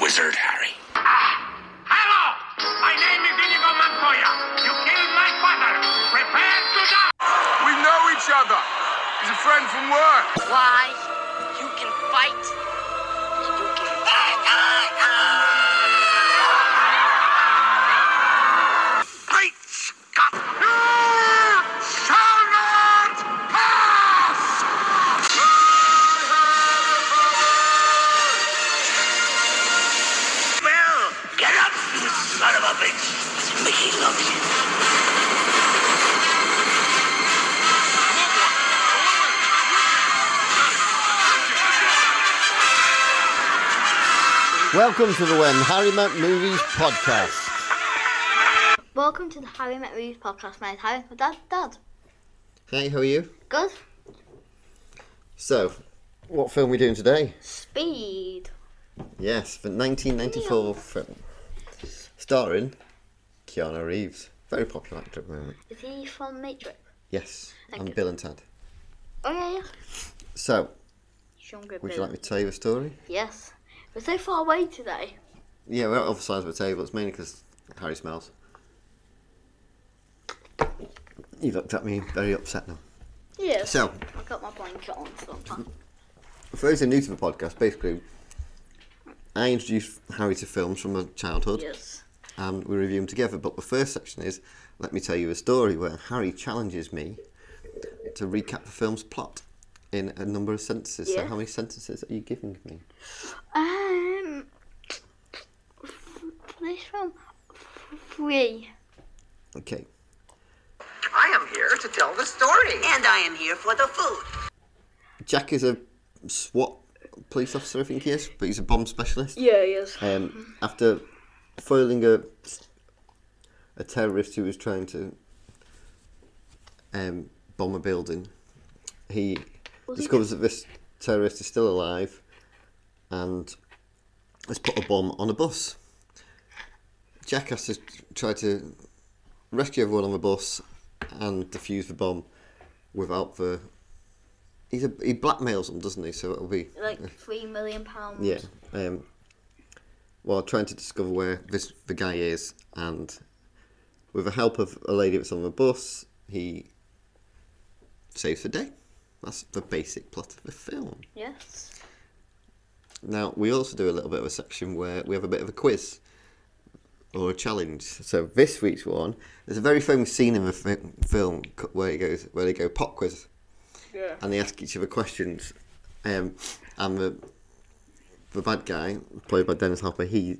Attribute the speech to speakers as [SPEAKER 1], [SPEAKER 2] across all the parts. [SPEAKER 1] wizard, Harry.
[SPEAKER 2] Hello! My name is Inigo Montoya. You killed my father. Prepare to die!
[SPEAKER 3] We know each other. He's a friend from work.
[SPEAKER 4] Why? You can fight. You can
[SPEAKER 2] Great Scott! You shall not pass! Well, get up, you son of a bitch! Mickey loves you.
[SPEAKER 5] Welcome to the When Harry Met Movies podcast.
[SPEAKER 6] Welcome to the Harry Met Movies podcast. My name's Harry. My dad's dad.
[SPEAKER 5] Hey, how are you?
[SPEAKER 6] Good.
[SPEAKER 5] So, what film are we doing today?
[SPEAKER 6] Speed.
[SPEAKER 5] Yes, the 1994 film. Starring Keanu Reeves. Very popular actor at the moment.
[SPEAKER 6] Is he from Matrix?
[SPEAKER 5] Yes,
[SPEAKER 6] Thank
[SPEAKER 5] and
[SPEAKER 6] you.
[SPEAKER 5] Bill and Ted.
[SPEAKER 6] Oh yeah, yeah.
[SPEAKER 5] So,
[SPEAKER 6] Stronger
[SPEAKER 5] would you like me to tell you a story?
[SPEAKER 6] Yes. We're so far away today.
[SPEAKER 5] Yeah, we're not off the sides of the table. It's mainly because Harry smells. You looked at me very upset now.
[SPEAKER 6] Yes.
[SPEAKER 5] So-
[SPEAKER 6] I got my blanket on. So I'm
[SPEAKER 5] For those who are new to the podcast, basically, I introduced Harry to films from my childhood.
[SPEAKER 6] yes.
[SPEAKER 5] and we review them together. But the first section is let me tell you a story where Harry challenges me to recap the film's plot in a number of sentences. So,
[SPEAKER 6] Yeah.
[SPEAKER 5] how many sentences are you giving me?
[SPEAKER 6] Um. For this film, three.
[SPEAKER 5] Okay.
[SPEAKER 7] I am here to tell the story. And I am here for the food.
[SPEAKER 5] Jack is a SWAT police officer, I think he is, but he's a bomb specialist.
[SPEAKER 6] Yeah, yes.
[SPEAKER 5] Um, after foiling a, a terrorist who was trying to um, bomb a building, he
[SPEAKER 6] he
[SPEAKER 5] discovers that this terrorist is still alive and has put a bomb on a bus. Jack has to try to rescue everyone on the bus and defuse the bomb without the. He's a, he blackmails them, doesn't he? So it'll be
[SPEAKER 6] Like three million pounds.
[SPEAKER 5] Mm. yeah. Um, while trying to discover where this the guy is, and with the help of a lady that's on the bus, he saves the day. That's the basic plot of the film.
[SPEAKER 6] Yes.
[SPEAKER 5] Now we also do a little bit of a section where we have a bit of a quiz or a challenge. So this week's one, there's a very famous scene in the fi- film c- where he goes where they go pop quiz,
[SPEAKER 6] Yeah.
[SPEAKER 5] and they ask each other questions, um, and the the bad guy played by Dennis Hopper, he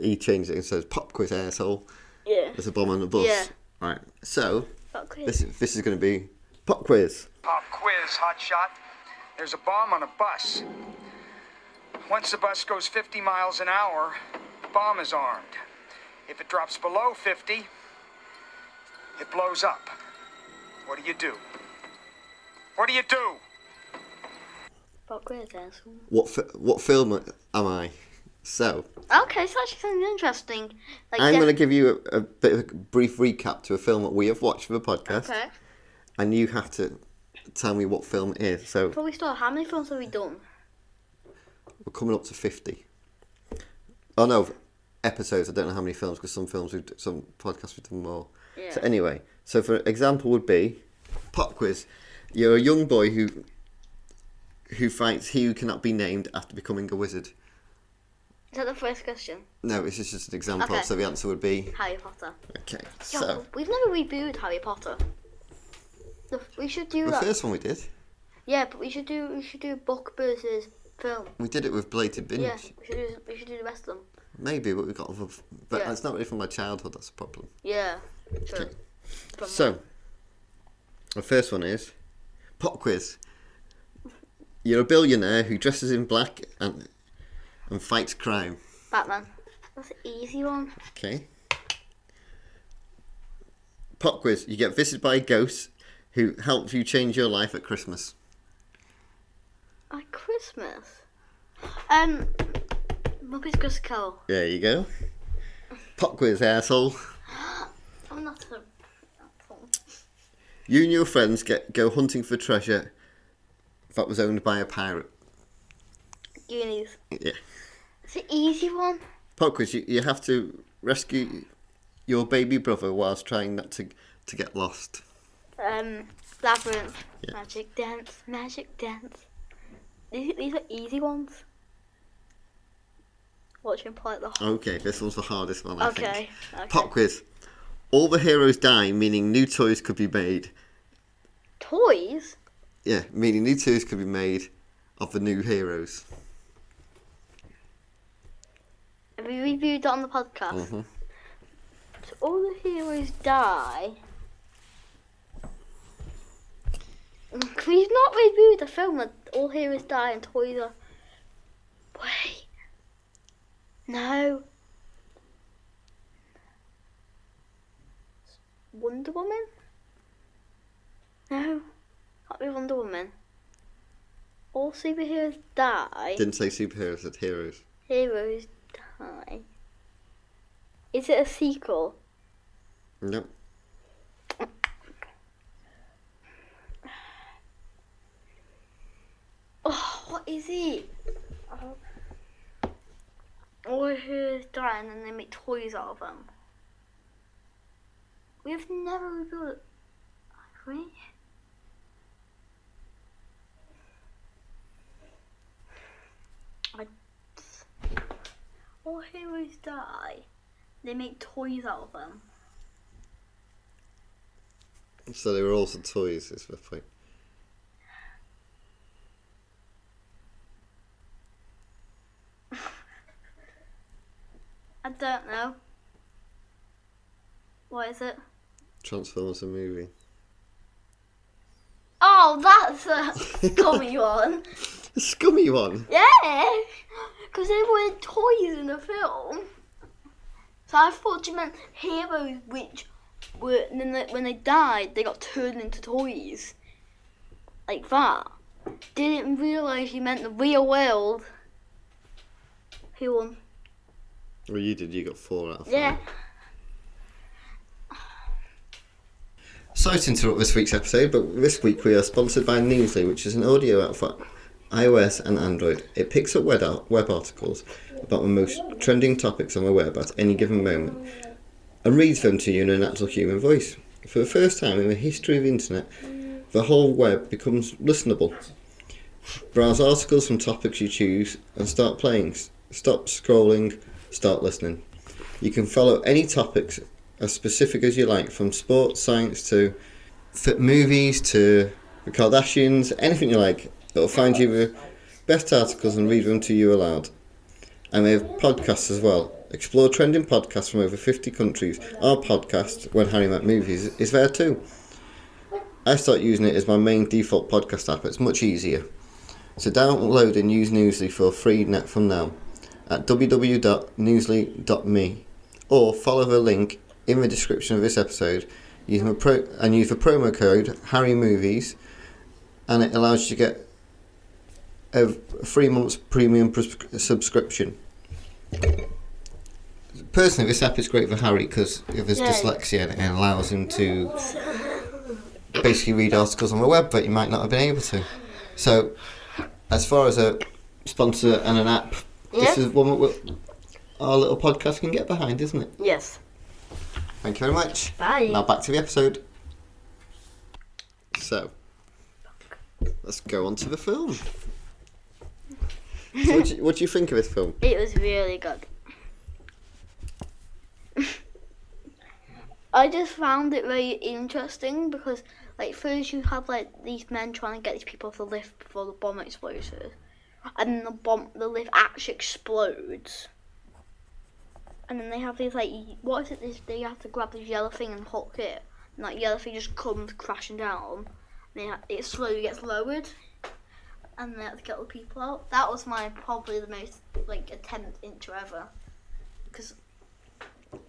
[SPEAKER 5] he changed it and says pop quiz asshole.
[SPEAKER 6] Yeah.
[SPEAKER 5] There's a bomb on the bus.
[SPEAKER 6] Yeah.
[SPEAKER 5] Right. So
[SPEAKER 6] Got quiz.
[SPEAKER 5] this this is going to be pop quiz.
[SPEAKER 8] Pop quiz, hotshot. There's a bomb on a bus. Once the bus goes 50 miles an hour, the bomb is armed. If it drops below 50, it blows up. What do you do? What do you do?
[SPEAKER 6] Got quiz asshole.
[SPEAKER 5] What fi- what film am I? So
[SPEAKER 6] Okay, so that's kind of interesting. Like,
[SPEAKER 5] I'm
[SPEAKER 6] yeah-
[SPEAKER 5] going to give you a, a bit of a brief recap to a film that we have watched for the podcast,
[SPEAKER 6] Okay.
[SPEAKER 5] and you have to tell me what film it is. So
[SPEAKER 6] Before we start, how many films have we done?
[SPEAKER 5] we're coming up to fifty. Oh no, episodes. I don't know how many films because some films we've d- some podcasts we've done more. So
[SPEAKER 6] Yeah.
[SPEAKER 5] anyway, so for example would be pop quiz. You're a young boy who who fights he who cannot be named after becoming a wizard.
[SPEAKER 6] Is that the first question?
[SPEAKER 5] No, this is just an example.
[SPEAKER 6] Okay.
[SPEAKER 5] So the answer would be
[SPEAKER 6] Harry Potter.
[SPEAKER 5] okay.
[SPEAKER 6] Yo,
[SPEAKER 5] So
[SPEAKER 6] we've never reviewed Harry Potter. The, we should do
[SPEAKER 5] the
[SPEAKER 6] that.
[SPEAKER 5] first one we did,
[SPEAKER 6] Yeah, but we should do we should do book versus film.
[SPEAKER 5] we did it with belated binge.
[SPEAKER 6] Yeah, we should do we should do the rest of them.
[SPEAKER 5] Maybe, but we got other, but
[SPEAKER 6] Yeah.
[SPEAKER 5] that's not really from my childhood. That's a problem.
[SPEAKER 6] Yeah. True. From-
[SPEAKER 5] So, the first one is pop quiz. You're a billionaire who dresses in black and and fights crime.
[SPEAKER 6] Batman. That's an easy one.
[SPEAKER 5] Okay. Pop quiz. You get visited by a ghost who helped you change your life at Christmas.
[SPEAKER 6] At Christmas. Um, Muppets Christmas Carol.
[SPEAKER 5] There you go. Pop quiz, asshole.
[SPEAKER 6] I'm not Oh, a. that's all.
[SPEAKER 5] You and your friends get go hunting for treasure that was owned by a pirate.
[SPEAKER 6] Goonies.
[SPEAKER 5] Yeah.
[SPEAKER 6] It's an easy one.
[SPEAKER 5] Pop quiz, you, you have to rescue your baby brother whilst trying not to to get lost.
[SPEAKER 6] Um, labyrinth, magic dance, magic dance. These, these are easy ones. Watching play the
[SPEAKER 5] Okay, this one's the hardest one, I
[SPEAKER 6] Okay.
[SPEAKER 5] think.
[SPEAKER 6] okay.
[SPEAKER 5] Pop quiz. All the heroes die, meaning new toys could be made.
[SPEAKER 6] Toys.
[SPEAKER 5] Yeah, meaning new toys could be made of the new heroes.
[SPEAKER 6] Have we reviewed it on the podcast? So all the heroes die. Mm, We've not reviewed the film that all heroes die and toys are. Wait. No. Wonder Woman? No. Can't be Wonder Woman. All superheroes die.
[SPEAKER 5] Didn't say superheroes, said heroes.
[SPEAKER 6] Heroes Die. Is it a sequel?
[SPEAKER 5] No.
[SPEAKER 6] Oh, what is it? Oh. All the heroes die and then they make toys out of them. We have never rebuilt it. Have we? I... All heroes die. They make toys out of them.
[SPEAKER 5] So they were also toys, is the point.
[SPEAKER 6] I don't know. What is it?
[SPEAKER 5] Transformers a movie.
[SPEAKER 6] Oh, that's a scummy one.
[SPEAKER 5] A scummy one.
[SPEAKER 6] Yeah, because they were toys in the film. So I thought you meant heroes, which were and then they, when they died, they got turned into toys, like that. Didn't realise you meant the real world. Who won?
[SPEAKER 5] Well, you did, you got four out of five.
[SPEAKER 6] Yeah.
[SPEAKER 5] Sorry to interrupt this week's episode, but this week we are sponsored by Newsly, which is an audio app for iOS and Android. It picks up web, ar- web articles about the most trending topics on the web at any given moment and reads them to you in a natural human voice. For the first time in the history of the internet, the whole web becomes listenable. Browse articles from topics you choose and start playing. S- Stop scrolling, start listening. You can follow any topics as specific as you like, from sports, science to fit movies to the Kardashians, anything you like. It'll find you the best articles and read them to you aloud. And they have podcasts as well. Explore trending podcasts from over 50 countries. Our podcast, When Harry Met Movies, is there too. I start using it as my main default podcast app. It's much easier. So download and use Newsly for free net from now at www.newsly.me or follow the link in the description of this episode using a pro- and use the promo code Harry Movies, and it allows you to get a three months premium pres- subscription. Personally, this app is great for Harry because if there's
[SPEAKER 6] Yeah.
[SPEAKER 5] dyslexia, it allows him to basically read articles on the web that you might not have been able to. So, as far as a sponsor and an app, this
[SPEAKER 6] Yeah.
[SPEAKER 5] is one that we- our little podcast can get behind, isn't it?
[SPEAKER 6] Yes.
[SPEAKER 5] Thank you very much.
[SPEAKER 6] Bye.
[SPEAKER 5] Now back to the episode. So, let's go on to the film. So what, do you, what do you think of this film?
[SPEAKER 6] It was really good. I just found it very interesting because, like, first you have like these men trying to get these people off the lift before the bomb explodes, and then the bomb, the lift actually explodes, and then they have these like, y- what is it? This they have to grab this yellow thing and hook it, and that yellow thing just comes crashing down, and then it slowly gets lowered and they had to get all the people out. That was my probably the most like attempt intro ever, because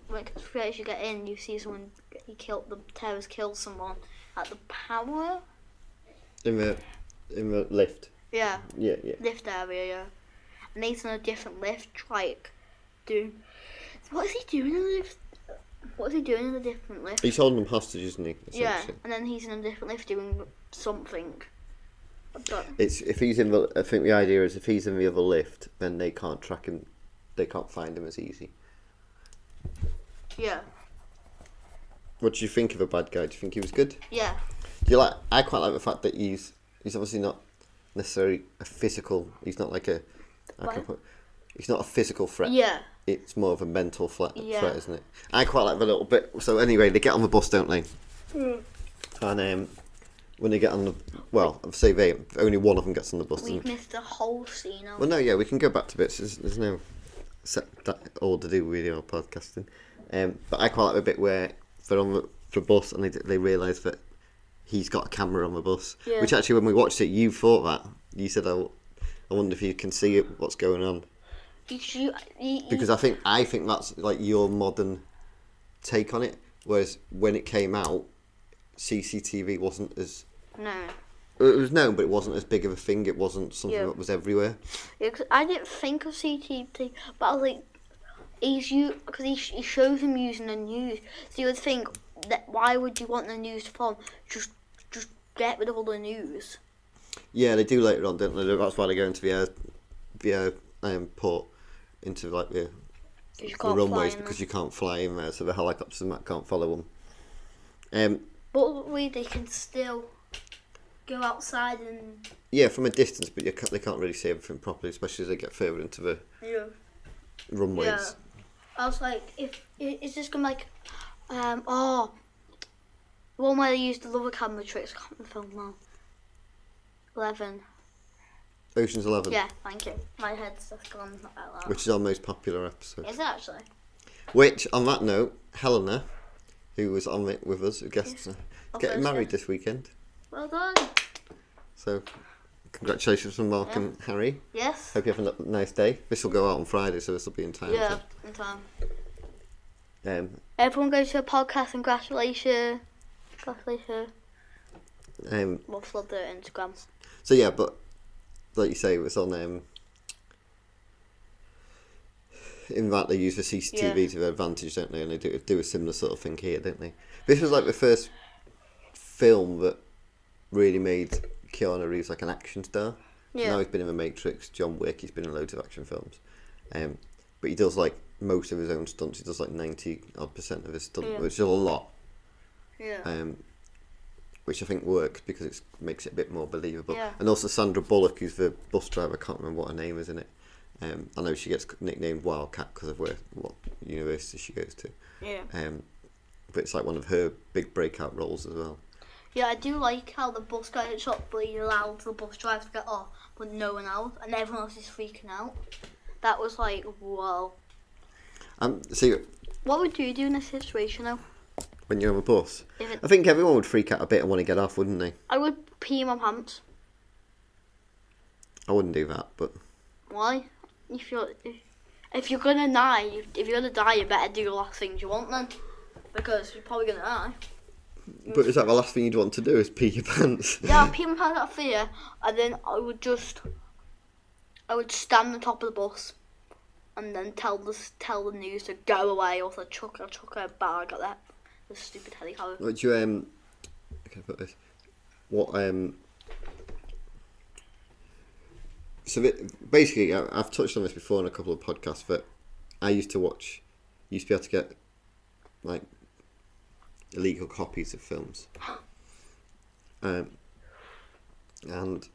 [SPEAKER 6] when conspirators you get in, you see someone he killed the terrorist killed someone at the power
[SPEAKER 5] In the in the lift.
[SPEAKER 6] yeah
[SPEAKER 5] Yeah, yeah.
[SPEAKER 6] lift area, yeah. and he's on a different lift like doing what is he doing in the lift? What is he doing in a different lift?
[SPEAKER 5] He's holding them hostage, isn't he?
[SPEAKER 6] yeah,
[SPEAKER 5] essentially?
[SPEAKER 6] and then he's in a different lift doing something. But
[SPEAKER 5] It's if he's in the. I think the idea is if he's in the other lift, then they can't track him they can't find him as easy.
[SPEAKER 6] Yeah.
[SPEAKER 5] What do you think of a bad guy? Do you think he was good?
[SPEAKER 6] Yeah.
[SPEAKER 5] Do you like? I quite like the fact that he's he's obviously not necessarily a physical. He's not like a. I
[SPEAKER 6] What?
[SPEAKER 5] can put, he's not a physical threat.
[SPEAKER 6] Yeah.
[SPEAKER 5] It's more of a mental threat,
[SPEAKER 6] Yeah.
[SPEAKER 5] threat, isn't it? I quite like the little bit. So anyway, they get on the bus, don't they?
[SPEAKER 6] Hmm.
[SPEAKER 5] And um, when they get on the well, I say they only one of them gets on the bus.
[SPEAKER 6] We
[SPEAKER 5] doesn't-
[SPEAKER 6] missed the whole scene. Of
[SPEAKER 5] well, no, yeah, we can go back to bits. There's, there's no set that all to do with our podcasting. Um, but I quite like the bit where they're on the, the bus and they, they realise that he's got a camera on the bus.
[SPEAKER 6] Yeah.
[SPEAKER 5] Which actually, when we watched it, you thought that. You said, oh, I wonder if you can see it, what's going on.
[SPEAKER 6] Because you, you, you-
[SPEAKER 5] Because I think I think that's like your modern take on it. Whereas when it came out, CCTV wasn't as
[SPEAKER 6] no.
[SPEAKER 5] it was known, but it wasn't as big of a thing. It wasn't something
[SPEAKER 6] Yeah.
[SPEAKER 5] that was everywhere.
[SPEAKER 6] Yeah, 'cause I didn't think of CTT, but I was like, he's you because he, sh- he shows him using the news. So you would think that why would you want the news to form? Just just get rid of all the news.
[SPEAKER 5] Yeah, they do later on, don't they? That's why they go into the air, the air um, port, into like the,
[SPEAKER 6] 'Cause You
[SPEAKER 5] the
[SPEAKER 6] can't
[SPEAKER 5] runways
[SPEAKER 6] fly in
[SPEAKER 5] because
[SPEAKER 6] them.
[SPEAKER 5] you can't fly in there, so the helicopters and that can't follow them. Um,
[SPEAKER 6] But we they can still go outside and
[SPEAKER 5] yeah, from a distance, but you can they can't really see everything properly, especially as they get further into the
[SPEAKER 6] you know.
[SPEAKER 5] runways.
[SPEAKER 6] Yeah. I was like, if i- is this gonna like, um, oh, one where they used the other camera tricks. I can't remember the film now. Eleven.
[SPEAKER 5] Ocean's Eleven,
[SPEAKER 6] Yeah, thank you. My head's just gone not that loud.
[SPEAKER 5] which is our most popular episode.
[SPEAKER 6] Is it actually?
[SPEAKER 5] Which, on that note, Helena, who was on it with us, a guest, uh,
[SPEAKER 6] Of
[SPEAKER 5] getting
[SPEAKER 6] course,
[SPEAKER 5] married
[SPEAKER 6] yeah.
[SPEAKER 5] this weekend.
[SPEAKER 6] Well done.
[SPEAKER 5] So, congratulations from Mark and Harry.
[SPEAKER 6] Yes.
[SPEAKER 5] Hope you have a nice day. This will go out on Friday, so this will be in time.
[SPEAKER 6] Yeah, in time.
[SPEAKER 5] For, um,
[SPEAKER 6] Everyone goes to a podcast and congratulations. Congratulations.
[SPEAKER 5] um,
[SPEAKER 6] We'll flood their Instagram.
[SPEAKER 5] so yeah, but like you say, it was on. Um, in that they use the CCTV
[SPEAKER 6] Yeah.
[SPEAKER 5] to their advantage, don't they? And they do, do a similar sort of thing here, don't they? This was like the first film that really made Keanu Reeves like an action star.
[SPEAKER 6] Yeah.
[SPEAKER 5] Now he's been in The Matrix, John Wick, he's been in loads of action films. Um, but he does like most of his own stunts. He does like 90 odd percent of his stunts,
[SPEAKER 6] Yeah.
[SPEAKER 5] which is a lot.
[SPEAKER 6] Yeah.
[SPEAKER 5] um, which I think works because it makes it a bit more believable.
[SPEAKER 6] Yeah.
[SPEAKER 5] And also Sandra Bullock, who's the bus driver, I can't remember what her name is in it. Um, I know she gets nicknamed Wildcat because of where what university she goes to.
[SPEAKER 6] yeah.
[SPEAKER 5] Um, but it's like one of her big breakout roles as well.
[SPEAKER 6] Yeah, I do like how the bus guy at Shopley allowed the bus driver to get off, but no one else, and everyone else is freaking out. That was like, whoa.
[SPEAKER 5] Um, see,
[SPEAKER 6] What would you do in this situation though?
[SPEAKER 5] when you're on a bus,
[SPEAKER 6] If it-
[SPEAKER 5] I think everyone would freak out a bit and want to get off, wouldn't they?
[SPEAKER 6] I would pee my pants.
[SPEAKER 5] I wouldn't do that, but
[SPEAKER 6] Why? If you're if, if you're gonna die, if you're gonna die, you better do the last things you want then, because you're probably gonna die.
[SPEAKER 5] but is that the last thing you'd want to do? Is pee your pants?
[SPEAKER 6] Yeah, I'd pee my pants out of fear, and then I would just, I would stand on top of the bus, and then tell the tell the news to go away, or to chuck a chuck a bag at that the stupid helicopter.
[SPEAKER 5] What do you um? Okay, put this. What um? So that- basically, I- I've touched on this before in a couple of podcasts, but I used to watch, used to be able to get like illegal copies of films, um, and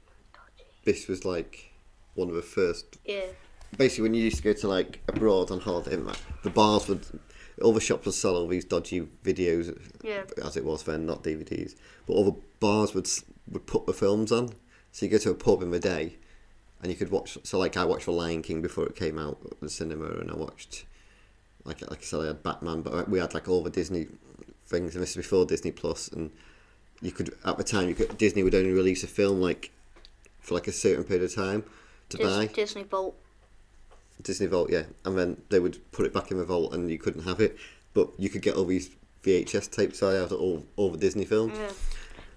[SPEAKER 5] this was like one of the first
[SPEAKER 6] Yeah,
[SPEAKER 5] basically when you used to go to like abroad on holiday, didn't it? the bars would, all the shops would sell all these dodgy videos,
[SPEAKER 6] Yeah.
[SPEAKER 5] as it was then, not DVDs. But all the bars would s- would put the films on, so you go to a pub in the day, and you could watch. So like I watched The Lion King before it came out at the cinema, and I watched, like like I said, I had Batman, but we had like all the Disney things, and this was before Disney Plus, and you could at the time you could Disney would only release a film like for like a certain period of time to buy.
[SPEAKER 6] Dis- Disney Bolt.
[SPEAKER 5] Disney Vault, yeah, and then they would put it back in the vault, and you couldn't have it, but you could get all these VHS tapes. I had all all the Disney films.
[SPEAKER 6] Yeah.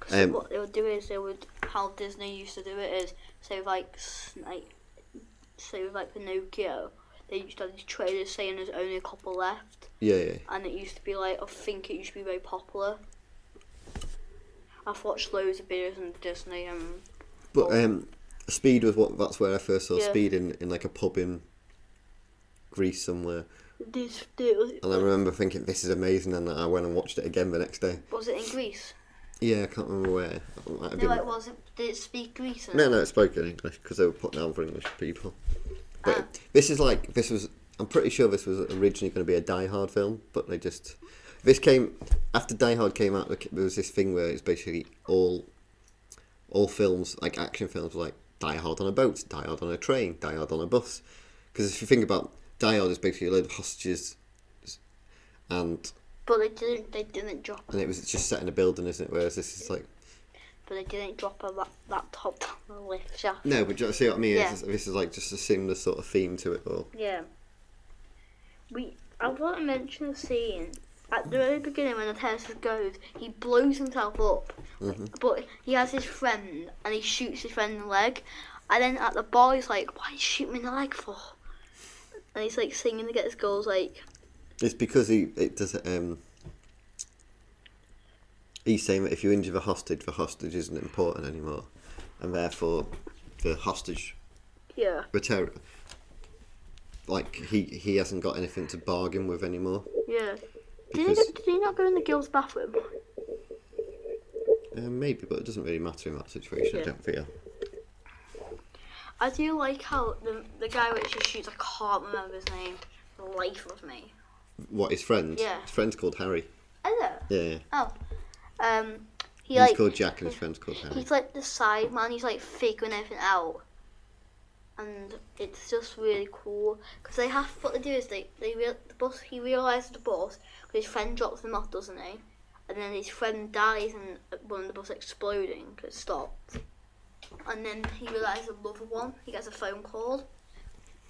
[SPEAKER 6] 'Cause
[SPEAKER 5] Um,
[SPEAKER 6] what they would do is they would how Disney used to do it is so like Snake, so like Pinocchio. They used to have these trailers saying there's only a couple left,
[SPEAKER 5] Yeah, yeah.
[SPEAKER 6] and it used to be like I think it used to be very popular. I've watched loads of videos on Disney um, and
[SPEAKER 5] But um, Speed was what. That's where I first saw
[SPEAKER 6] Yeah.
[SPEAKER 5] Speed in, in like a pub in Greece somewhere.
[SPEAKER 6] This, this,
[SPEAKER 5] And I remember thinking, this is amazing. And I went and watched it again the next day.
[SPEAKER 6] was it in Greece?
[SPEAKER 5] Yeah, I can't remember where. It might have
[SPEAKER 6] No,
[SPEAKER 5] been-
[SPEAKER 6] it wasn't. Did it speak Greece?
[SPEAKER 5] No, no, it spoke in English because they were put down for English people. But this is like this was. I'm pretty sure this was originally going to be a Die Hard film, but they just this came after Die Hard came out. There was this thing where it's basically all all films like action films were like Die Hard on a boat, Die Hard on a train, Die Hard on a bus. Because if you think about Die Hard, is basically a load of hostages, and
[SPEAKER 6] But they didn't. They didn't drop.
[SPEAKER 5] and it was just set in a building, isn't it? Whereas this is like
[SPEAKER 6] But they didn't drop a lap, laptop down the lift shaft.
[SPEAKER 5] no, but do you see what I mean? It's-
[SPEAKER 6] Yeah.
[SPEAKER 5] This is like just a similar sort of theme to it all.
[SPEAKER 6] Yeah. We. I want to mention a scene at the very beginning when the terrorist goes. He blows himself up,
[SPEAKER 5] Mm-hmm.
[SPEAKER 6] but he has his friend and he shoots his friend in the leg. And then at the bar, he's like, "Why you shoot me in the leg for?" And he's like singing to get his goals. Like,
[SPEAKER 5] It's because he it does um he's saying that if you injure the hostage, the hostage isn't important anymore, and therefore the hostage
[SPEAKER 6] yeah,
[SPEAKER 5] the terror like he he hasn't got anything to bargain with anymore.
[SPEAKER 6] yeah. Did he,
[SPEAKER 5] Because-
[SPEAKER 6] did he not go in the girls' bathroom?
[SPEAKER 5] Um, maybe, but it doesn't really matter in that situation. I
[SPEAKER 6] Yeah.
[SPEAKER 5] don't feel.
[SPEAKER 6] I do like how the the guy which he shoots, I can't remember his name. The life of me.
[SPEAKER 5] What his friend?
[SPEAKER 6] Yeah.
[SPEAKER 5] His friend's called Harry.
[SPEAKER 6] Is it?
[SPEAKER 5] Yeah. yeah.
[SPEAKER 6] Oh. Um. He
[SPEAKER 5] He's
[SPEAKER 6] like
[SPEAKER 5] called Jack and his friend's called Harry.
[SPEAKER 6] he's like the side man. He's like figuring everything out, and it's just really cool because they have what they do is they they real the boss he realizes the boss 'cause his friend drops him off, doesn't he? And then his friend dies and uh, one of the bus exploding 'cause it stopped. And then he realizes another one. He gets a phone call.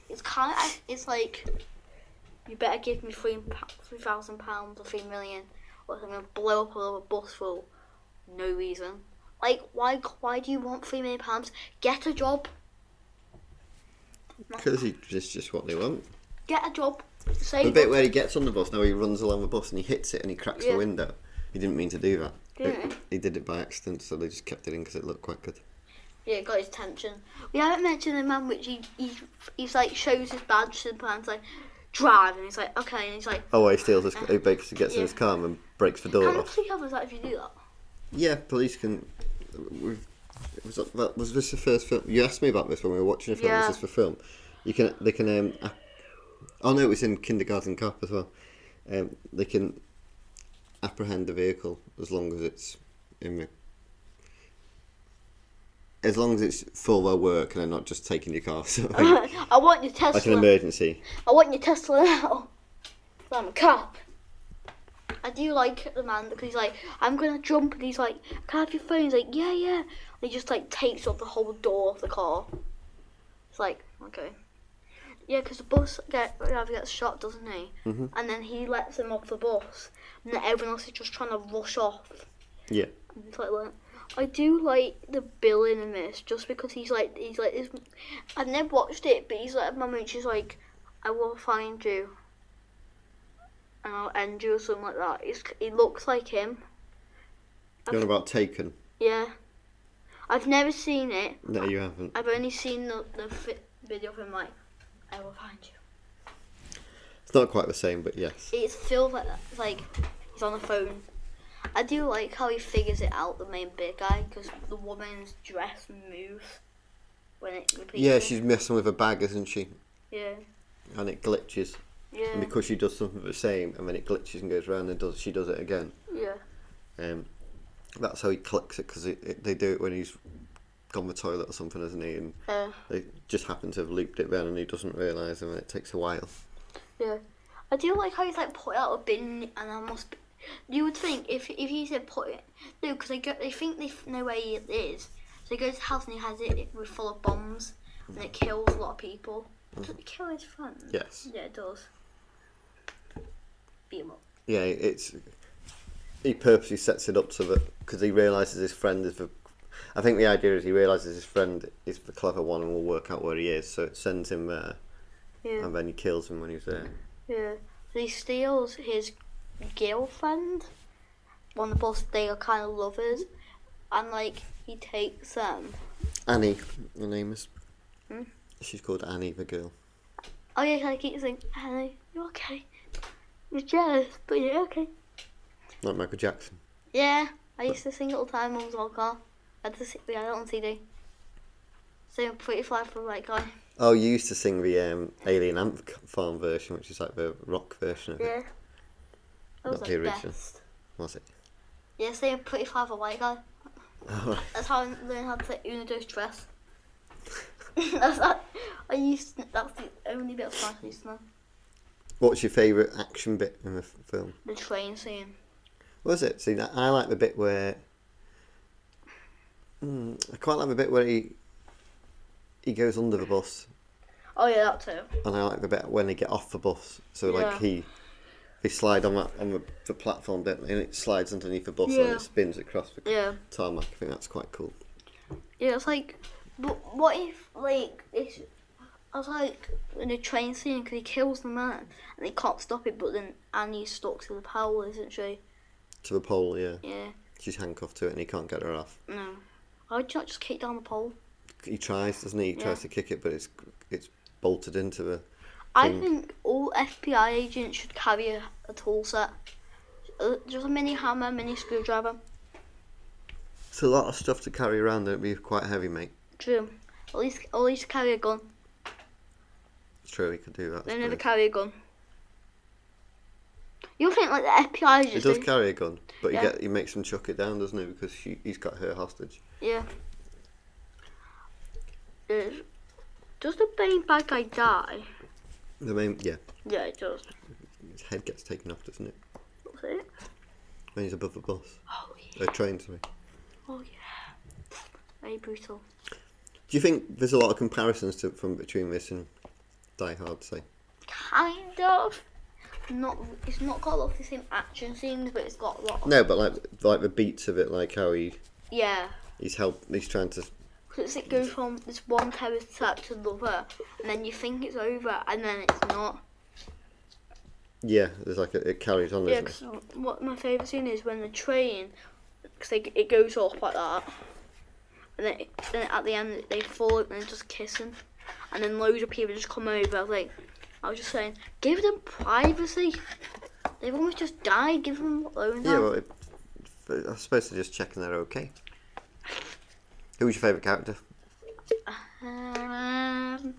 [SPEAKER 6] It's kind of it's like you better give me three three thousand pounds or three million, or I'm gonna blow up another bus for no reason. Like, why? Why do you want three million pounds? Get a job.
[SPEAKER 5] Because he it's just what they want.
[SPEAKER 6] Get a job.
[SPEAKER 5] The
[SPEAKER 6] Save.
[SPEAKER 5] bit where he gets on the bus, now he runs along the bus and he hits it and he cracks
[SPEAKER 6] Yeah.
[SPEAKER 5] the window. He didn't mean to do that.
[SPEAKER 6] Didn't
[SPEAKER 5] It- he did it by accident, so they just kept it in because it looked quite good.
[SPEAKER 6] Yeah, got his attention. We haven't mentioned the man which he, he he's like shows his badge to the man's like drive, and he's like okay, and he's like,
[SPEAKER 5] Oh, well, he steals his. He breaks, gets in his
[SPEAKER 6] yeah.
[SPEAKER 5] car and breaks the
[SPEAKER 6] can
[SPEAKER 5] door
[SPEAKER 6] the
[SPEAKER 5] off.
[SPEAKER 6] police have that if you do that?
[SPEAKER 5] Yeah, police can. We've, was that, that- was this the first film? You asked me about this when we were watching a film.
[SPEAKER 6] Yeah.
[SPEAKER 5] Was this the film? You can. They can. Um, a- oh no, it was in Kindergarten Cop as well. Um, they can apprehend the vehicle as long as it's in the. As long as it's for their work and they're not just taking your car, sort of thing.
[SPEAKER 6] I want your
[SPEAKER 5] like an
[SPEAKER 6] Tesla.
[SPEAKER 5] emergency.
[SPEAKER 6] I want your Tesla now. 'Cause I'm a cop. I do like the man because he's like, I'm gonna jump, and he's like, can I have your phone? He's like, yeah, yeah. And he just like takes off the whole door of the car. It's like, okay. Yeah, because the bus get driver gets shot, doesn't he? Mm-hmm. And then he lets him off the bus, and then everyone else is just trying to rush off.
[SPEAKER 5] Yeah.
[SPEAKER 6] It's like that. I do like the Bill in this just because he's like he's like this. I've never watched it, but he's like my mate. She's like, I will find you, and I'll end you or something like that. It's it looks like him.
[SPEAKER 5] You're on about Taken.
[SPEAKER 6] Yeah, I've never seen it.
[SPEAKER 5] No, you haven't.
[SPEAKER 6] I've only seen the the fi- video of him like, I will find you.
[SPEAKER 5] It's not quite the same, but yes.
[SPEAKER 6] It feels like that. It's like he's on the phone. I do like how he figures it out, the main big guy, because the woman's dress moves when it repeats.
[SPEAKER 5] Yeah,
[SPEAKER 6] it.
[SPEAKER 5] she's messing with a bag, isn't she?
[SPEAKER 6] Yeah.
[SPEAKER 5] And it glitches.
[SPEAKER 6] Yeah.
[SPEAKER 5] And because she does something the same, and then it glitches and goes round, and does she does it again?
[SPEAKER 6] yeah.
[SPEAKER 5] Um, that's how he clicks it because it, it, they do it when he's gone the toilet or something, isn't he? And
[SPEAKER 6] Uh,
[SPEAKER 5] they just happen to have looped it round, and he doesn't realise, and then it takes a while.
[SPEAKER 6] yeah. I do like how he's like put it out a bin, and I must. Be, you would think if if he said put it, no, because they go, they think they f- know where he is. So he goes to the house and he has it with full of bombs, and it kills a lot of people. Does it kill his friend?
[SPEAKER 5] Yes.
[SPEAKER 6] Yeah, it does. Beat him up.
[SPEAKER 5] Yeah, it's he purposely sets it up so that because he realises his friend is the. I think the idea is he realises his friend is the clever one and will work out where he is, so it sends him there,
[SPEAKER 6] Yeah.
[SPEAKER 5] and then he kills him when he's there.
[SPEAKER 6] Yeah. He steals his girlfriend. One of the boss, they are kind of lovers. And, like, he takes um, them.
[SPEAKER 5] Annie, her name is. She's called Annie, the girl.
[SPEAKER 6] Oh yeah, I keep saying, "Hello, you okay? You're jealous, but you're okay."
[SPEAKER 5] Like Michael Jackson.
[SPEAKER 6] Yeah, I used to sing it all the time on the old car. I had to sing, we had it on CD. So pretty fly for a white guy.
[SPEAKER 5] Oh, you used to sing the um, Alien Ant Farm version, which is like the rock version of it.
[SPEAKER 6] Yeah. That was
[SPEAKER 5] Not
[SPEAKER 6] the
[SPEAKER 5] the original.
[SPEAKER 6] best.
[SPEAKER 5] Was it?
[SPEAKER 6] Yeah, saying pretty fly for a white guy.
[SPEAKER 5] Oh,
[SPEAKER 6] That's how I learned how to say Una Dos Tres. that's that. I used to, that's the only bit of Spanish I used to know.
[SPEAKER 5] What's your favourite action bit in the f- film?
[SPEAKER 6] The train scene.
[SPEAKER 5] Was it? See, that- I like the bit where. Hmm, I quite like the bit where he he goes under the bus,
[SPEAKER 6] Oh yeah, that too.
[SPEAKER 5] and I like the bit when they get off the bus. So like
[SPEAKER 6] Yeah.
[SPEAKER 5] he they slide on that on the, the platform, don't they? And it slides underneath the bus and
[SPEAKER 6] Yeah.
[SPEAKER 5] it spins across the
[SPEAKER 6] Yeah.
[SPEAKER 5] tarmac. I think that's quite cool.
[SPEAKER 6] Yeah, it's like, but what if like this? I was like in a train scene because he kills the man and they can't stop it, but then Annie stuck to the pole, isn't she?
[SPEAKER 5] To the pole, yeah.
[SPEAKER 6] Yeah.
[SPEAKER 5] She's handcuffed to it, and he can't get her off.
[SPEAKER 6] No. Why would you not just kick down the pole?
[SPEAKER 5] He tries, doesn't he? He tries
[SPEAKER 6] Yeah.
[SPEAKER 5] to kick it, but it's it's bolted into the.
[SPEAKER 6] I think all FBI agents should carry a, a tool set. Uh, Just a mini hammer, mini screwdriver.
[SPEAKER 5] It's a lot of stuff to carry around, and it'd be quite heavy, mate.
[SPEAKER 6] True. At least, at least carry a gun.
[SPEAKER 5] It's true, he could do that. I
[SPEAKER 6] They never
[SPEAKER 5] suppose.
[SPEAKER 6] carry a gun. You think like the FBI
[SPEAKER 5] He
[SPEAKER 6] agents?
[SPEAKER 5] does
[SPEAKER 6] do-
[SPEAKER 5] carry a gun, but
[SPEAKER 6] Yeah.
[SPEAKER 5] he, get, he makes him chuck it down, doesn't he? Because she, he's got her hostage.
[SPEAKER 6] Yeah. Is- Does the main bad guy die?
[SPEAKER 5] The main, yeah,
[SPEAKER 6] Yeah, it does.
[SPEAKER 5] his head gets taken off, doesn't it?
[SPEAKER 6] That's it.
[SPEAKER 5] When he's above the bus,
[SPEAKER 6] Oh yeah.
[SPEAKER 5] a train to me.
[SPEAKER 6] Oh yeah. Very brutal.
[SPEAKER 5] Do you think there's a lot of comparisons to, from between this and Die Hard? Say,
[SPEAKER 6] Kind of. Not. It's not got a lot of the same action scenes, but it's got a lot. Of,
[SPEAKER 5] no, but like like the beats of it, like how he
[SPEAKER 6] Yeah.
[SPEAKER 5] he's help, he's trying to.
[SPEAKER 6] Because it goes from this one terrorist attack to another, and then you think it's over, and then it's not.
[SPEAKER 5] Yeah, there's like a, it carries on,
[SPEAKER 6] Yeah,
[SPEAKER 5] doesn't
[SPEAKER 6] because what my favourite scene is when the train, because it goes off like that, and then, then at the end they fall and they're just kissing, and then loads of people just come over. I was like, I was just saying, give them privacy. They've almost just died. Give them alone
[SPEAKER 5] it? Yeah, well, it, I suppose they're just checking they're okay. Who was your favourite character?
[SPEAKER 6] now. Um,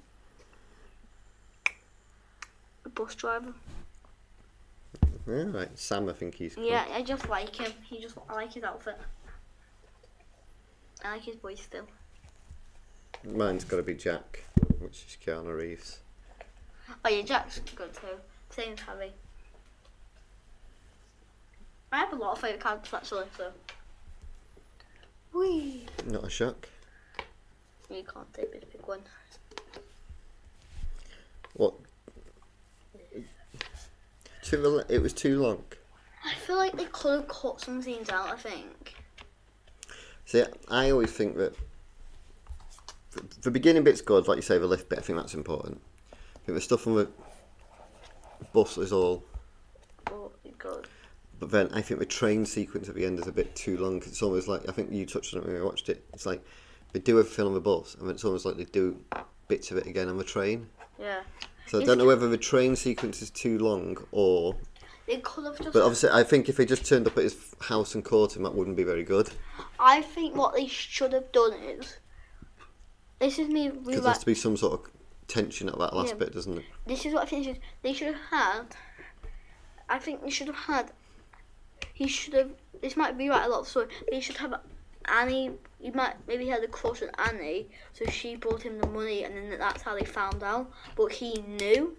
[SPEAKER 6] the bus driver.
[SPEAKER 5] Yeah, right, Sam. I think he's. cool.
[SPEAKER 6] Yeah, I just like him. He just I like his outfit. I like his voice still.
[SPEAKER 5] Mine's got to be Jack, which is Keanu Reeves.
[SPEAKER 6] Oh yeah, Jack's good too. Same as Harry. I have a lot of favourite characters actually, so. Whee!
[SPEAKER 5] Not a shock.
[SPEAKER 6] You can't take this big one.
[SPEAKER 5] What? Too rel- it was too long.
[SPEAKER 6] I feel like they could have cut some scenes out, I think.
[SPEAKER 5] See, I always think that the, the beginning bit's good, like you say, the lift bit. I think that's important. But the stuff on the bus is all.
[SPEAKER 6] But it could.
[SPEAKER 5] But then I think the train sequence at the end is a bit too long. 'cause it's almost like I think you touched on it when we watched it. It's like they do everything on the bus, and it's almost like they do bits of it again on the train.
[SPEAKER 6] Yeah.
[SPEAKER 5] So I
[SPEAKER 6] It's-
[SPEAKER 5] don't know whether the train sequence is too long or
[SPEAKER 6] They could have just.
[SPEAKER 5] But obviously, I think if he just turned up at his house and caught him, that wouldn't be very good.
[SPEAKER 6] I think what they should have done is. This is me
[SPEAKER 5] Because there has
[SPEAKER 6] rewriting.
[SPEAKER 5] to be some sort of tension at that last
[SPEAKER 6] Yeah.
[SPEAKER 5] bit, doesn't it?
[SPEAKER 6] this is what I think they should, they should have had. I think they should have had. He should have. This might be right a lot of story. But he should have Annie. He might maybe he had a crush on Annie, so she brought him the money, and then that's how they found out. But he knew.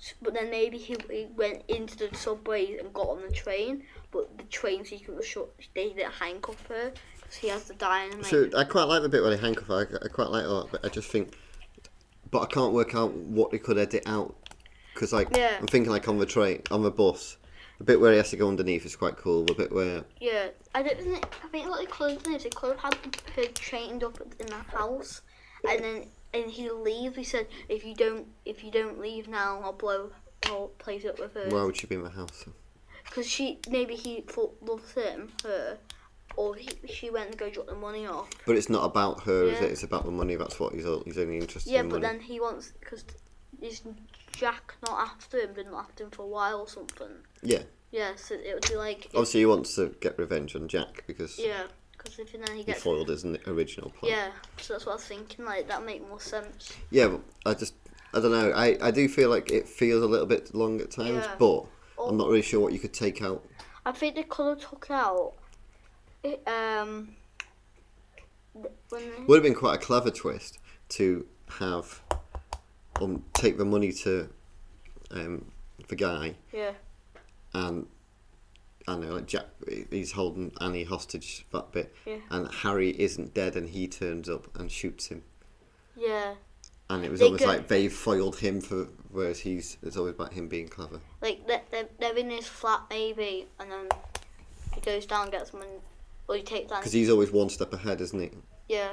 [SPEAKER 6] S- But then maybe he, he went into the subways and got on the train. But the train secret was short. They didn't handcuff her because he has the dynamite.
[SPEAKER 5] So I quite like the bit where they handcuff her. I, I quite like that, but I just think. But I can't work out what they could edit out. Because, like,
[SPEAKER 6] Yeah.
[SPEAKER 5] I'm thinking, like, on the train, on the bus, the bit where he has to go underneath is quite cool. The bit where.
[SPEAKER 6] Yeah, I don't think. I think what they could have done is they could have had her trained up in the house, and then and he leaves. He said, "If you don't, if you don't leave now, I'll blow the whole place up with her."
[SPEAKER 5] Why would she be in the house?
[SPEAKER 6] Because she maybe he thought loves him, her, or he, she went to go drop the money off.
[SPEAKER 5] But it's not about her, is
[SPEAKER 6] Yeah.
[SPEAKER 5] it? It's about the money. That's what he's, all, he's only interested
[SPEAKER 6] Yeah,
[SPEAKER 5] in.
[SPEAKER 6] but
[SPEAKER 5] money.
[SPEAKER 6] then he wants because is Jack not after him? Been after him for a while or something?
[SPEAKER 5] Yeah.
[SPEAKER 6] Yeah, so it would be like if-
[SPEAKER 5] Obviously, he wants to get revenge on Jack because
[SPEAKER 6] yeah, because if then he
[SPEAKER 5] he
[SPEAKER 6] gets
[SPEAKER 5] foiled his n- original plan.
[SPEAKER 6] yeah, so that's what I was thinking. Like that make more sense.
[SPEAKER 5] Yeah, but I just, I don't know. I, I do feel like it feels a little bit long at times,
[SPEAKER 6] Yeah.
[SPEAKER 5] but I'm not really sure what you could take out.
[SPEAKER 6] I think they could have took out. It, um. th- When they,
[SPEAKER 5] Would have been quite a clever twist to have, um, take the money to, um, the guy
[SPEAKER 6] yeah.
[SPEAKER 5] and. I know, like Jack, he's holding Annie hostage that bit,
[SPEAKER 6] Yeah.
[SPEAKER 5] and Harry isn't dead, and he turns up and shoots him.
[SPEAKER 6] Yeah.
[SPEAKER 5] And it was
[SPEAKER 6] They
[SPEAKER 5] almost
[SPEAKER 6] go-
[SPEAKER 5] like they foiled him for, whereas he's it's always about him being clever.
[SPEAKER 6] Like they're, they're, they're in his flat maybe, and then he goes down, gets them, and, or he takes down.
[SPEAKER 5] Because he's always one step ahead, isn't he?
[SPEAKER 6] Yeah.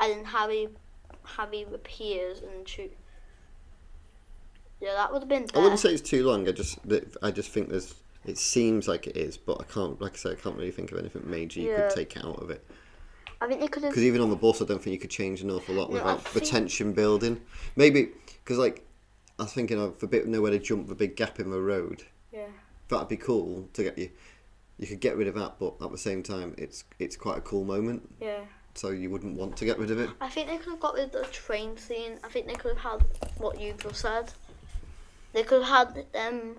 [SPEAKER 6] And then Harry, Harry appears and shoot. Yeah, that would have been.
[SPEAKER 5] I
[SPEAKER 6] Better.
[SPEAKER 5] wouldn't say it's too long. I just that- I just think there's it seems like it is, but I can't like I said I can't really think of anything major you
[SPEAKER 6] Yeah.
[SPEAKER 5] could take out of it.
[SPEAKER 6] I think they could have.
[SPEAKER 5] Because even on the bus, I don't think you could change an awful lot
[SPEAKER 6] No, I
[SPEAKER 5] without the
[SPEAKER 6] think-
[SPEAKER 5] tension building. Maybe because like I was thinking of the bit nowhere to jump the big gap in the road.
[SPEAKER 6] Yeah.
[SPEAKER 5] That'd be cool to get you. You could get rid of that, but at the same time, it's it's quite a cool moment.
[SPEAKER 6] Yeah.
[SPEAKER 5] So you wouldn't want to get rid of it.
[SPEAKER 6] I think they could have got rid of the train scene. I think they could have had what you just said. They could have had um,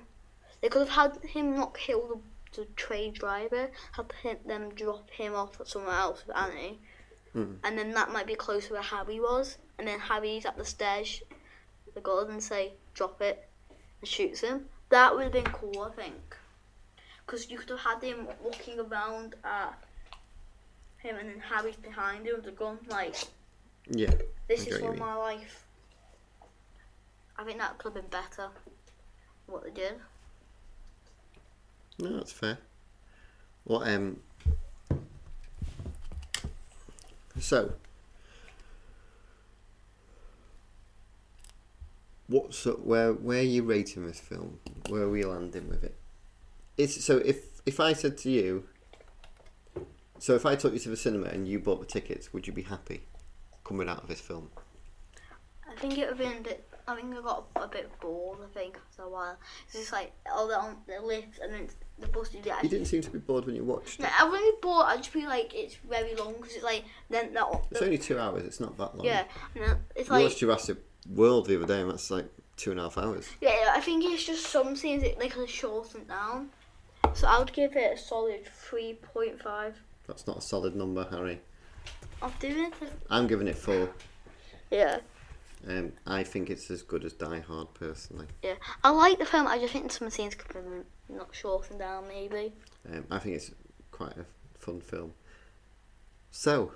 [SPEAKER 6] they could have had him not kill the, the train driver. Had him, them drop him off at somewhere else with Annie, and then that might be closer where Harry was. And then Harry's at the stairs, the guard and say drop it, and shoots him. That would have been cool, I think, because you could have had him looking around at him, and then Harry's behind him with the gun, like.
[SPEAKER 5] Yeah. I
[SPEAKER 6] This is
[SPEAKER 5] get what
[SPEAKER 6] for
[SPEAKER 5] you
[SPEAKER 6] my life. I think that could have been better. What they did.
[SPEAKER 5] No, that's fair. What um. So. What so where where are you rating this film? Where are we landing with it? It's so if if I said to you. So if I took you to the cinema and you bought the tickets, would you be happy coming out of this film?
[SPEAKER 6] I think it would have been a bit. I think I got a, bit bored. I think after a while, it's just like oh, they're on the lift and then the bus. You
[SPEAKER 5] You didn't seem to be bored when you watched
[SPEAKER 6] No,
[SPEAKER 5] it.
[SPEAKER 6] I wouldn't be bored. I'd just be like, it's very long because it's like then that.
[SPEAKER 5] It's only two hours. It's not that long.
[SPEAKER 6] yeah, and then it's
[SPEAKER 5] We
[SPEAKER 6] like
[SPEAKER 5] watched Jurassic World the other day, and that's like two and a half hours.
[SPEAKER 6] yeah. I think it's just some scenes it like shortened down. So I would give it a solid three point five.
[SPEAKER 5] That's not a solid number, Harry.
[SPEAKER 6] I'm doing it.
[SPEAKER 5] I'm giving it four.
[SPEAKER 6] Yeah.
[SPEAKER 5] Um, I think it's as good as Die Hard, personally.
[SPEAKER 6] Yeah, I like the film. I just think some scenes could be not shortened down, maybe.
[SPEAKER 5] Um, I think it's quite a fun film. So,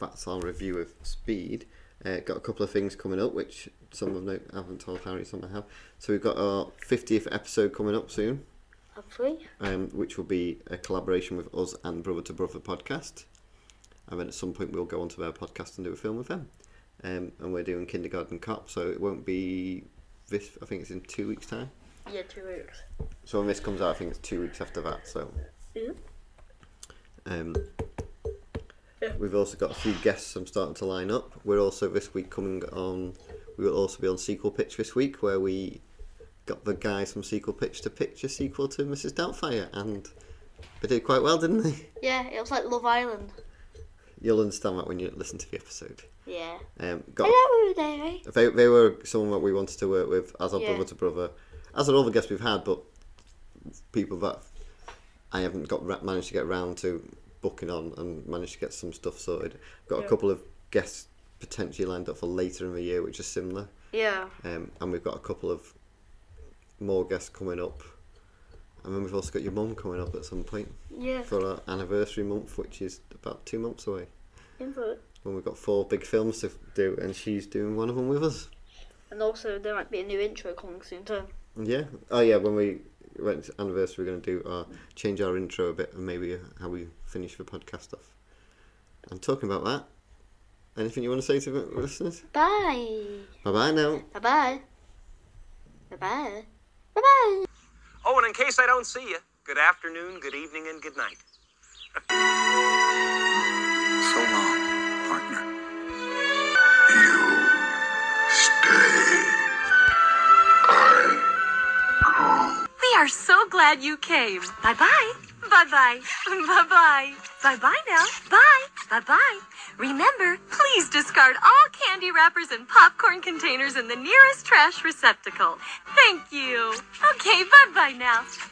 [SPEAKER 5] that's our review of Speed. Uh, got a couple of things coming up, which some of no- haven't told Harry, some I have. So we've got our 50th episode coming up soon,
[SPEAKER 6] Hopefully,
[SPEAKER 5] um, which will be a collaboration with us and Brother to Brother podcast. And then at some point we'll go onto their podcast and do a film with them. Um, and we're doing Kindergarten Cop, so it won't be this. I think it's in two weeks' time.
[SPEAKER 6] yeah, two weeks.
[SPEAKER 5] So when this comes out, I think it's two weeks after that. So um, we've also got a few guests. I'm starting to line up. We're also this week coming on. We will also be on Sequel Pitch this week, where we got the guys from Sequel Pitch to pitch a sequel to Mrs. Doubtfire, and they did quite well, didn't they?
[SPEAKER 6] Yeah, it was like Love Island.
[SPEAKER 5] You'll understand that when you listen to the episode.
[SPEAKER 6] Yeah.
[SPEAKER 5] Um, got
[SPEAKER 6] Hello there. eh?
[SPEAKER 5] they, they were someone that we wanted to work with as our
[SPEAKER 6] Yeah.
[SPEAKER 5] brother to brother, as are all the guests we've had, but people that I haven't got ra- managed to get round to booking on and managed to get some stuff sorted. Got a couple of guests potentially lined up for later in the year, which is similar,
[SPEAKER 6] Yeah.
[SPEAKER 5] um, and we've got a couple of more guests coming up. And then we've also got your mum coming up at some point
[SPEAKER 6] Yeah.
[SPEAKER 5] for our anniversary month, which is about two months away.
[SPEAKER 6] Input.
[SPEAKER 5] When we've got four big films to do, and she's doing one of them with us.
[SPEAKER 6] And also, there might be a new intro coming soon too.
[SPEAKER 5] Yeah. Oh yeah. When we went to anniversary, we're going to do our change our intro a bit and maybe uh, how we finish the podcast off. And talking about that, anything you want to say to the listeners?
[SPEAKER 6] Bye.
[SPEAKER 5] Bye bye now.
[SPEAKER 6] Bye bye. Bye bye. Bye bye.
[SPEAKER 7] Oh, and in case I don't see you, good afternoon, good evening, and good night.
[SPEAKER 3] So long, partner.
[SPEAKER 2] You stay
[SPEAKER 1] are so glad you came. Bye bye. Bye bye. Bye bye. Bye bye now. Bye. Bye bye. Remember, please discard all candy wrappers and popcorn containers in the nearest trash receptacle. Thank you. Okay, bye bye now.